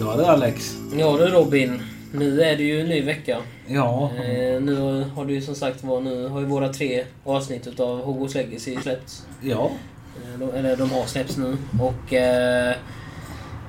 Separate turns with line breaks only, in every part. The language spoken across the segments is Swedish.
var det Alex.
Ja du Robin, nu är det ju en ny vecka.
Ja.
Eh, nu har du ju som sagt var, nu har ju våra tre avsnitt utav Hogwarts Legacy släppts.
Ja.
Eh, de, eller de har släppts nu. Och eh,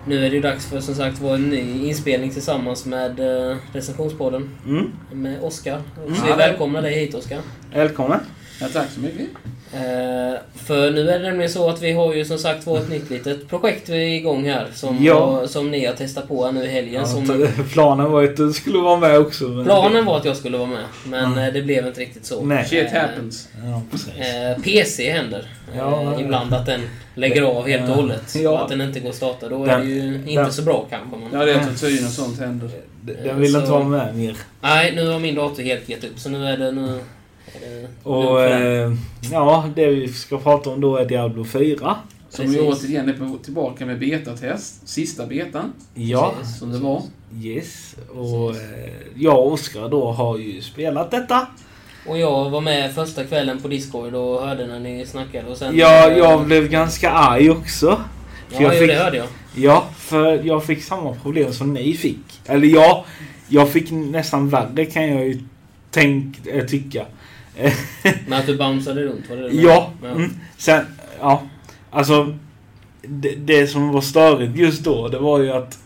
nu är det ju dags för som sagt var en ny inspelning tillsammans med eh, recensionspodden.
Mm.
Med Oskar. Och
Mm.
Vi välkomnar dig hit Oskar.
Välkommen. Ja, tack så mycket.
Eh, för nu är det nämligen så att vi har ju som sagt var ett nytt litet projekt vi är igång här. Som,
Ja.
som ni har testat på här nu i helgen.
Ja,
som,
t- planen var ju att du skulle vara med också. Men...
planen var att jag skulle vara med, men eh, det blev inte riktigt så.
Nej.
Shit happens.
Ja, precis.
Eh, PC händer eh,
Ja, ja.
ibland att den lägger av helt och hållet.
Ja.
Att den inte går att starta. Då är
Den-
det ju inte
den-
så bra kanske. Men...
Ja, det är tortyr och sånt händer.
D- Den vill
så-
inte vara med mer.
Nej, nu har min dator helt gett upp. Så nu är det... Nu, är det lugnt
Och
för den.
eh, ja, det vi ska prata om då är Diablo 4.
Som
Precis.
ju återigen är på, tillbaka med betatest. Sista betan,
Ja.
Precis.
som det var.
Yes. Och eh, jag och Oskar då har ju spelat detta.
Och jag var med första kvällen på Discord och hörde när ni snackade. Och sen,
Ja,
eh,
jag blev ganska arg också.
Ja,
jag
jo,
fick-
det hörde jag.
Ja, för jag fick samma problem som ni fick. Eller ja, jag fick nästan värre kan jag ju tänk, eh, tycka.
Men att du bamsade runt, var det det
Ja.
Ja.
Mm. Sen, ja. Alltså, det, det som var störigt just då, det var ju att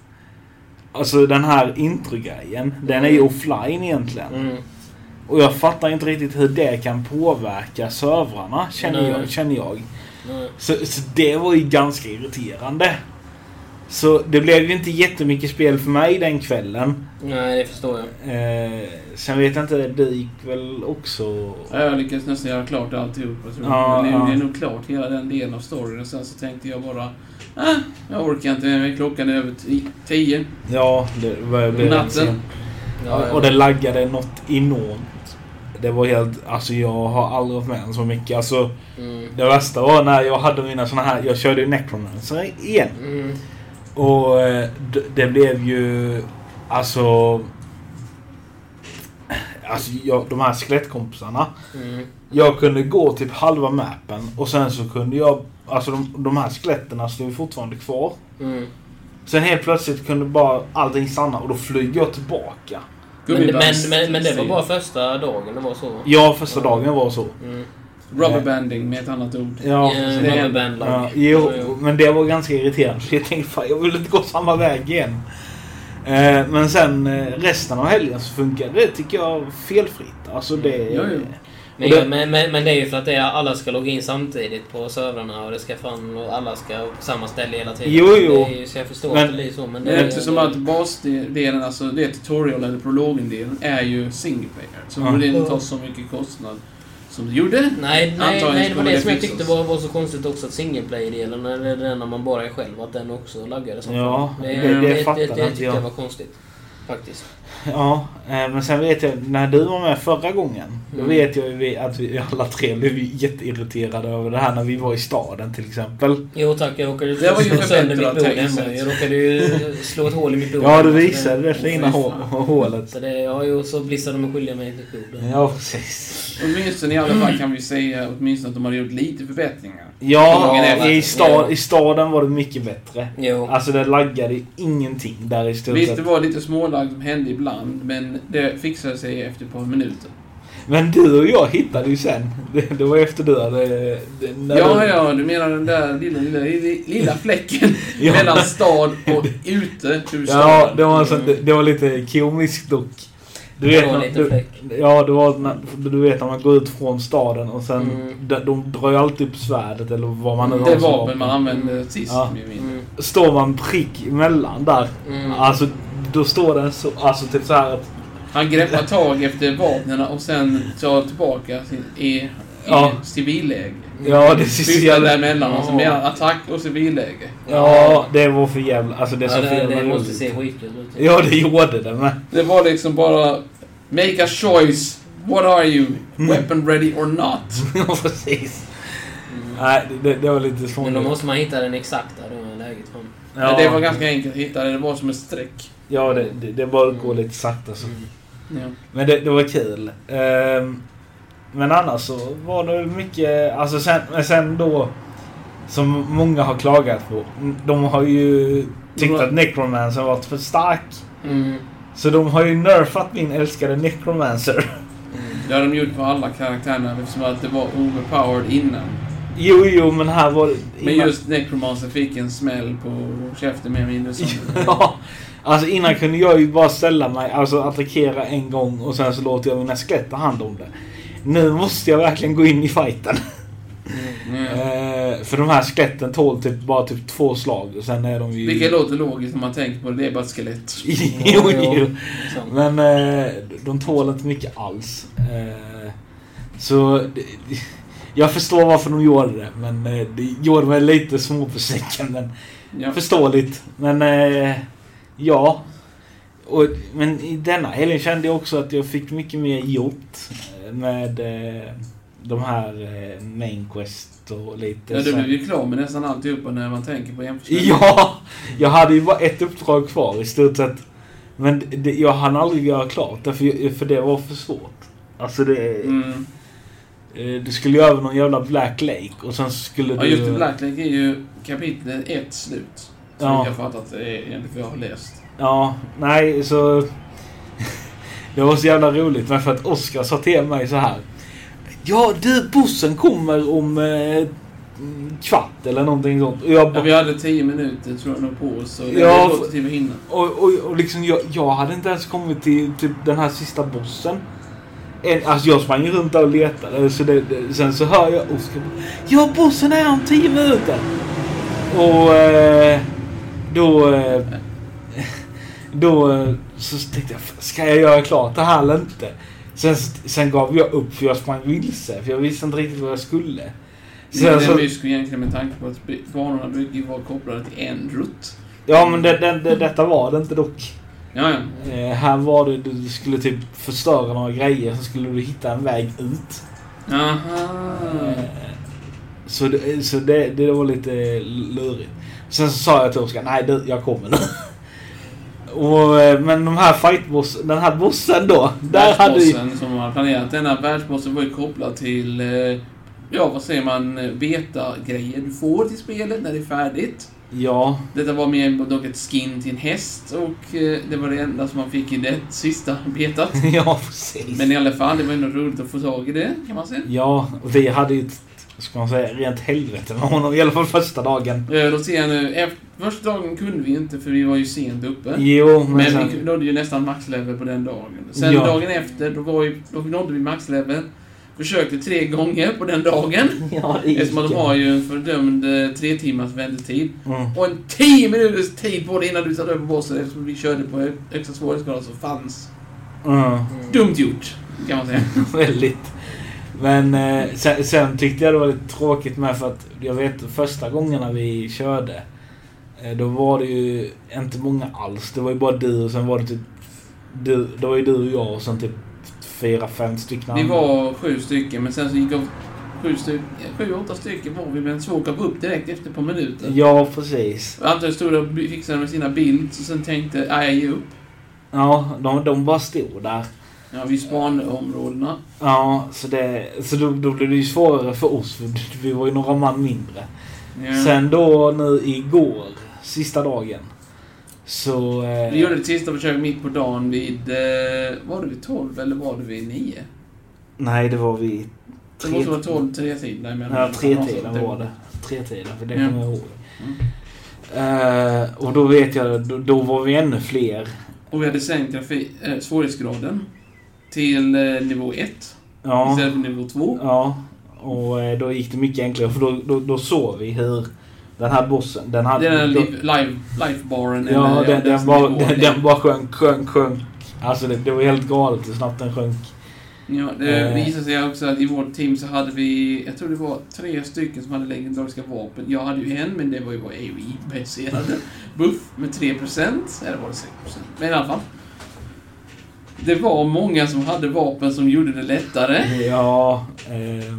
Alltså den här introgrejen, den är ju offline egentligen.
Mm.
Och jag fattar inte riktigt hur det kan påverka servrarna, känner
Nej.
jag. Känner jag.
Nej.
Så, så det var ju ganska irriterande. Så det blev ju inte jättemycket spel för mig den kvällen.
Nej, det förstår jag.
Eh, sen vet jag inte, du gick väl också...
Ja, Jag lyckades nästan göra klart alltihop. Jag tror.
Ja,
Men nu
ja.
Det är nog klart, hela den delen av storyn. Och sen så tänkte jag bara... Äh, jag orkar inte. Klockan är över ti- tio.
Ja, det var blev
Natten.
sen.
Ja,
Och det laggade något enormt. Det var helt... Alltså jag har aldrig varit med om så mycket. Alltså
Mm.
det värsta var när jag hade mina såna här... Jag körde ju Necromancer igen.
Mm.
Och eh, d- det blev ju... Alltså... Alltså jag, de här skelettkompisarna.
Mm.
Jag kunde gå typ halva mappen och sen så kunde jag... Alltså de, de här skeletterna stod ju fortfarande kvar.
Mm.
Sen helt plötsligt kunde bara allting stanna och då flyger jag tillbaka.
Men, men,
Gummibands-
men, men det var bara första dagen det var så.
Ja, första dagen var så.
Mm.
Rubberbanding med ett annat ord.
Ja,
Eh,
det är-
Rubberband lag.
ja, jo,
Ja, ja.
men det var ganska irriterande. Så jag tänkte fan, jag vill inte gå samma väg igen. Eh, Men sen eh, resten av helgen så funkade det tycker jag felfritt. Alltså det...
Jo, jo.
Men,
Och det-
men, men, men det är ju för att det är, alla ska logga in samtidigt på servrarna och det ska fan och alla ska på samma ställe hela tiden.
Jo, jo.
Det är, ju- så jag förstår
Men-
att det blir så. Men det,
Eftersom
det,
att basdelen, alltså det tutorial eller prologen-delen, är ju single player. Så
Ja.
borde det inte ta så mycket kostnad som det gjorde.
Nej, nej,
Antagligen
nej, det var
kommer
det
det
som jag
fixas.
tyckte var, var så konstigt också att singleplayer-delen, eller den när man bara är själv, att den också laggade som
Ja,
fan.
det- det fattar
det, det
inte
tyckte
jag.
jag var konstigt. Faktiskt.
Ja, eh, men sen vet jag när du var med förra gången. Då
Mm.
vet jag ju vi- att vi alla tre blev ju jätteirriterade över det här när vi var i staden till exempel.
Jo tack, jag råkade
Det var ju
slå sönder mitt
förbättrat
blod
tänkt
hemma.
sätt.
Jag råkade ju slå ett hål i mitt blod.
Ja, du
Så
visade det fina
Åh, fy
hå-
fan.
hålet.
Så det, ja, jo, så blissar de och skiljer mig till blod.
Ja, precis.
Åtminstone i alla fall kan vi säga åtminstone att de har gjort lite förbättringar.
Ja,
Dagen efter.
i, sta- i staden var det mycket bättre.
Jo.
Alltså det laggade ju ingenting där i stort
Visst,
sett.
det var lite smålag som hände ibland, men det fixade sig efter ett par minuter.
Men du och jag hittade ju sen. Det, det var efter du hade... det- när
Ja,
du-
ja, du menar den där lilla, lilla, lilla fläcken
Ja.
mellan stad och ute ur
Ja,
staden.
det var, en sån, det, det var lite komiskt dock. Du
Det
vet,
var
när-
lite
du,
fräck.
Ja, det var när, du vet när man går ut från staden och sen
Mm.
de, de drar ju alltid upp svärdet eller vad man nu
Det
har som
vapen man använde sist,
Ja.
mer eller mindre.
Mm.
Står man prick emellan där,
Mm.
alltså då står den så, alltså typ så här att
Han greppar tag efter vapnen och sen tar tillbaka sin, i, i
Ja.
civilläge.
Mm.
ja det ser så
Flyttar
jävla...
däremellan och sen
Ja.
blir han attack och civilläge.
Ja, det var för jävla, alltså det
Ja,
såg för
det,
jävla
det måste
roligt
se skitkul ut.
Ja, det gjorde det med.
Det var liksom bara... Make a choice! What are you? Weapon ready or not?
Mm. Ja, precis.
Mm.
Nej, det, det var lite
Men då
svårt.
måste man hitta den exakta då i läget. Fan.
Men Det var ganska enkelt att hitta, det var som ett streck.
Ja, det, det, det bara går lite sakta så.
Mm.
Ja.
Men det, det var kul. Ehm, men annars så var det mycket... Alltså sen, men sen då... Som många har klagat på. De har ju tyckt
De har-
att Necromancer har varit för stark.
Mm.
Så de har ju nerfat min älskade Necromancer.
Det har de gjort på alla karaktärerna eftersom att det var overpowered innan.
Jo, jo, men här var det...
Men just Necromancer fick en smäll på käften mer eller mindre. som-
Ja. Alltså innan kunde jag ju bara ställa mig, alltså attackera en gång och sen så låter jag mina skelett ta hand om det. Nu måste jag verkligen gå in i fighten.
Mm.
Eh, för de här skeletten tål typ bara typ två slag och sen är de ju...
Vilket låter logiskt när man tänker på det. Det är bara ett skelett.
jo, jo.
Sant.
Men eh, de tål inte mycket alls. Eh, så... det- det- Jag förstår varför de gjorde det, men eh, det gjorde mig lite småbesviken. Men
Ja.
Förståeligt. Men eh, ja. Och, men i denna helgen kände jag också att jag fick mycket mer gjort eh, med eh, de här eh, main quest och lite
Ja, du
så-
blev ju klar med nästan alltihopa när man tänker på jämförelsen.
Ja! Jag hade ju bara ett uppdrag kvar i stort sett. Men det, jag hann aldrig göra klart därför, för det var för svårt. Alltså det...
Mm.
eh, Du skulle ju över någon jävla Black Lake och sen skulle
Ja,
du...
just det. Black Lake är ju kapitel 1 slut. Som
Ja.
jag har fattat det är enligt vad jag har läst.
Ja, nej så... Det var så jävla roligt men för att Oskar sa till mig så här. Ja du, bussen kommer om eh, kvart eller någonting sånt. Och jag
Ja,
bara,
vi hade 10 minuter tror jag nog på oss. Så det
Ja,
ja,
för-
låter till att hinna.
och, och, och liksom jag, jag hade inte ens kommit till typ, den här sista bussen. En, alltså jag sprang runt där och letade. Så det, det, sen så hör jag Oskar bara, Ja bussen är om 10 minuter. Och eh, då... Eh, Då eh, så tänkte jag, "Fan, ska jag göra klart det här eller inte? Sen, sen gav jag upp för jag sprang vilse, för jag visste inte riktigt vad jag skulle.
Det
Sen
är
så-
en mysko egentligen med tanke på att by- banorna brukar ju vara kopplade till en rutt.
ja men det, det, det, detta var det inte dock.
Ja, ja.
Eh, här var det, du skulle typ förstöra några grejer, så skulle du hitta en väg ut.
Aha.
Eh, Så, det, så det, det var lite lurigt. Sen så sa jag till Oskar, nej du, jag kommer nu. Och, eh, men de här fightbossen, den här bossen då. Där hade ju...
Världsbossen som man hade planerat. Den här världsbossen var ju kopplad till, eh, ja vad säger man, eh, beta-grejer du får till spelet när det är färdigt.
Ja,
Detta var mer dock ett skin till en häst och eh, det var det enda som man fick i det sista betat.
ja precis.
Men i alla fall, det var ändå roligt att få tag i det kan man säga.
Ja, och vi hade ju ett, ska man säga, rent helvete med honom. I alla fall första dagen.
Eh, Då ser jag nu, efter, första dagen kunde vi inte för vi var ju sent uppe.
Jo, men,
Men vi
sen...
nådde ju nästan maxlevel på den dagen. Sen
Ja.
dagen efter, då, var ju, då nådde vi maxlevel. Försökte tre gånger på den dagen.
Ja, det gick
Eftersom de har ju en fördömd eh, tre timmars väntetid.
Mm.
Och en 10 minuters tid på det innan du satte över bossen eftersom vi körde på hö- högsta svårighetsgrad som fanns.
Mm.
Dumt gjort, kan man säga.
Väldigt. Men eh, sen, sen tyckte jag det var lite tråkigt med för att jag vet första gångerna vi körde. Eh, då var det ju inte många alls. Det var ju bara du och sen var det typ du, det var ju du och jag och sen typ fyra, fem stycken
Vi
andra.
var sju stycken, men sen så gick av sju, styck, sju åtta stycken var vi, men så gav upp direkt efter ett par minuter.
Ja, precis.
Anton stod och by- fixade med sina bilds och sen tänkte "Nej, jag ger upp.
Ja, de, de bara stod där.
Ja, vi spanade områdena.
Ja, så, det, så då, då blev det ju svårare för oss för vi var ju några man mindre.
Ja.
Sen då nu igår, sista dagen. Så... eh,
Vi gjorde ett sista försök mitt på dagen vid... Eh, var det vid 12 eller var det vid 9?
Nej, det var vi
Det måste vara 12, tre tiden däremellan.
Ja, tre
Någonstans
tiden
där.
var det. Tre tiden, för det
Ja. Mm.
kommer jag ihåg. Eh, och då vet jag, då, då var vi ännu fler.
Och vi hade sänkt trafi- eh, svårighetsgraden till eh, nivå 1
Ja.
istället för nivå 2.
ja. Och eh, då gick det mycket enklare, för då, då, då såg vi hur den här bossen, den
Det
hade...
är den eh,
då,
liv, live, lifebaren.
ja, den, den, bara,
nivån
den,
är.
den bara sjönk, sjönk, sjönk. Alltså det, det var helt galet hur snabbt den sjönk.
Ja, det
Eh.
visade sig också att i vårt team så hade vi, jag tror det var tre stycken som hade legendariska vapen. Jag hade ju en, men det var ju bara AOE-baserade. Buff med 3%, eller var det 6%? Men i alla fall. Det var många som hade vapen som gjorde det lättare.
Ja, eh,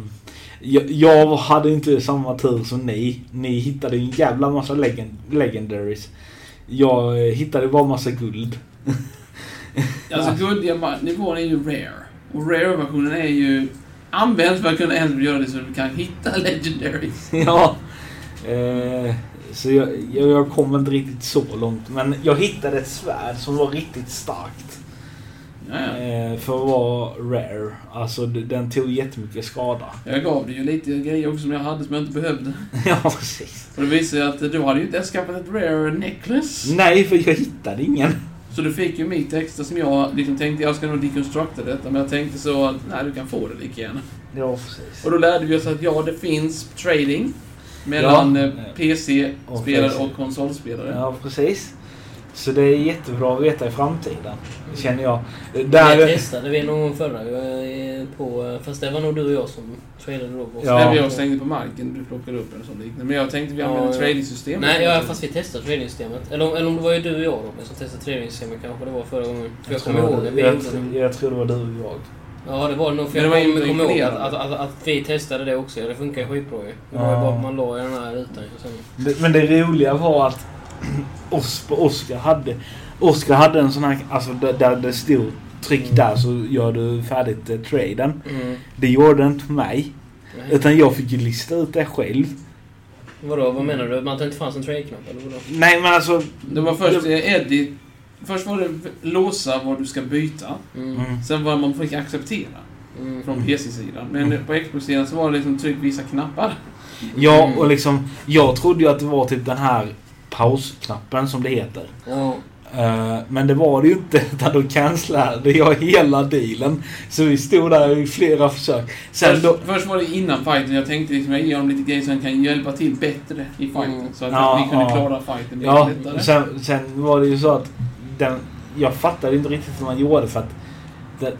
jag, jag hade inte samma tur som ni. Ni hittade en jävla massa legend, legendaries. Jag eh, hittade bara massa guld.
Alltså gulddiamantnivån är ju rare. Och rare-versionen är ju använd för att kunna ens göra det så du kan hitta legendaries.
ja, Eh, så jag, jag, jag kom inte riktigt så långt. Men jag hittade ett svärd som var riktigt starkt.
Ja, ja.
Eh, för att vara rare. Alltså d- den tog jättemycket skada.
Jag gav dig ju lite grejer också som jag hade som jag inte behövde.
ja, precis.
Och det visade ju att du hade ju inte ens skaffat ett rare necklace.
Nej, för jag hittade ingen.
Så du fick ju mitt extra som jag liksom tänkte, jag ska nog deconstructa detta, men jag tänkte så att nej, du kan få det lika gärna.
Ja, precis.
Och då lärde vi oss att ja, det finns trading mellan
Ja.
eh, PC-spelare
Och
och konsolspelare.
Ja, precis. Så det är jättebra att veta i framtiden. Känner jag. Eh,
Det
Där...
testade vi någon gång förra eh, på... Fast det var nog du och jag som trailade då. också.
Ja.
När vi avstängde på marken, du plockade upp en sån liknande. Men jag tänkte vi
Ja,
använder
ja.
trading-systemet.
Nej, ja, fast vi testade tradingsystemet. Eller, om- eller om det var ju du och jag Robin som testade tradingsystemet kanske det var förra gången. För jag kommer ihåg
det.
att vi
Jag,
gjorde
tror-
det.
jag tror det var du och jag.
Ja, det var det nog. För
Men det
jag
var ju
kommer kommer ihåg att,
inkluderat.
att, att, att vi testade det också. Det funkar ju skitbra ju. Det var ju
Ja.
bara att man la i den här rutan ju sen.
Det- Men det roliga var att Os- Oscar hade Oscar hade en sån här, alltså där, där det stod tryck där så gör du färdigt eh, traden.
Mm.
Det gjorde inte för mig. Utan jag fick ju lista ut det själv.
Vadå, vad menar du? Man tar inte fram en trade-knapp eller vadå?
Nej men alltså...
Det var först eh, Eddie... Först var det låsa vad du ska byta.
Mm.
Mm.
Sen var det man fick acceptera
Mm.
från
Mm.
PC-sidan. Men eh, på Xbox-sidan så var det liksom tryck vissa knappar.
Ja
Mm.
och liksom, jag trodde ju att det var typ den här pausknappen som det heter.
Ja.
Eh, men det var det ju inte utan då cancellade jag hela dealen. Så vi stod där i flera försök. Sen
Först,
då...
först var det innan fighten. Jag tänkte liksom, jag ger dem lite grejer som kan hjälpa till bättre i fighten.
Mm.
Så att
Ja,
vi kunde
ja.
klara fighten lite
Ja,
lättare.
och sen, sen var det ju så att den, jag fattade inte riktigt hur man gjorde för att den,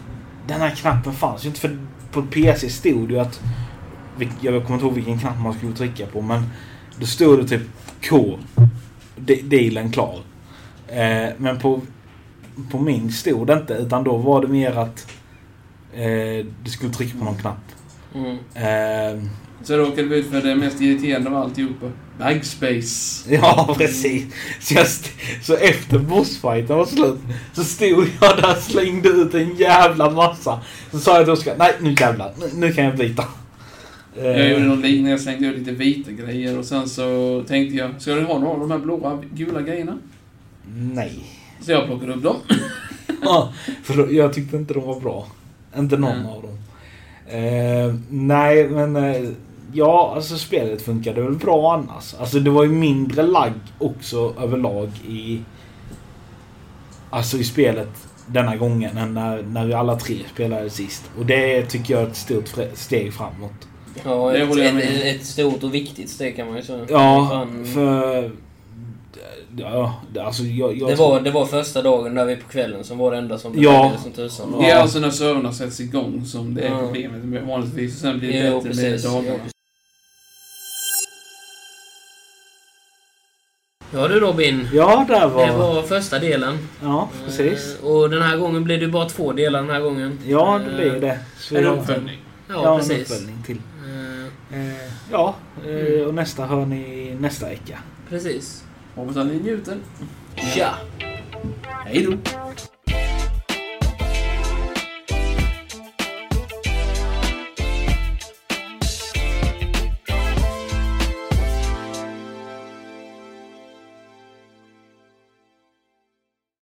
den här knappen fanns ju inte. För på PC stod det ju att, vil- jag kommer inte ihåg vilken knapp man skulle trycka på men då stod det typ K, de- dealen klar. Eh, men på, på min stod det inte utan då var det mer att eh, du skulle trycka på någon knapp.
Mm.
Eh,
Så råkade vi ut för det mest irriterande av alltihopa. Bagspace.
Ja, precis. Så, jag st- så efter bossfighten var slut så stod jag där och slängde ut en jävla massa. Så sa jag till Oskar, nej nu jävlar, nu, nu kan jag byta. Eh.
Jag gjorde någon liknande, jag slängde ut lite vita grejer och sen så tänkte jag, ska du ha några av de här blåa, gula grejerna?
Nej.
Så jag plockade upp dem.
Ja, För då- jag tyckte inte de var bra. Inte någon
Nej.
av dem. Eh, nej, men eh, ja, alltså spelet funkade väl bra annars. Alltså det var ju mindre lagg också överlag i... Alltså i spelet denna gången än när, när vi alla tre spelade sist. Och det tycker jag är ett stort fre- steg framåt.
Ja,
Det
ett,
håller jag med
ett, ett stort och viktigt steg kan man ju säga.
Ja,
Fan.
för... Ja, alltså jag... jag
Det var, det var första dagen där vi på kvällen som var det enda som
Ja.
behövdes som tusan.
Ja.
Det är alltså när servrarna sätts igång som det är
Ja.
problemet med vanligtvis. Och sen blir det
Jo,
bättre med
precis.
dagarna.
Ja du Robin,
Ja, där
det
var...
var första delen.
Ja, precis.
Eh, Och den här gången blir det ju bara två delar den här gången.
Ja, det
Eh,
blir det. Så
En
jag-
uppföljning.
Ja,
Ja, en
precis.
uppföljning till.
Eh,
Eh, ja, eh, och nästa hör ni nästa vecka.
precis.
Hoppas att ni njuter.
Ja.
Hej då!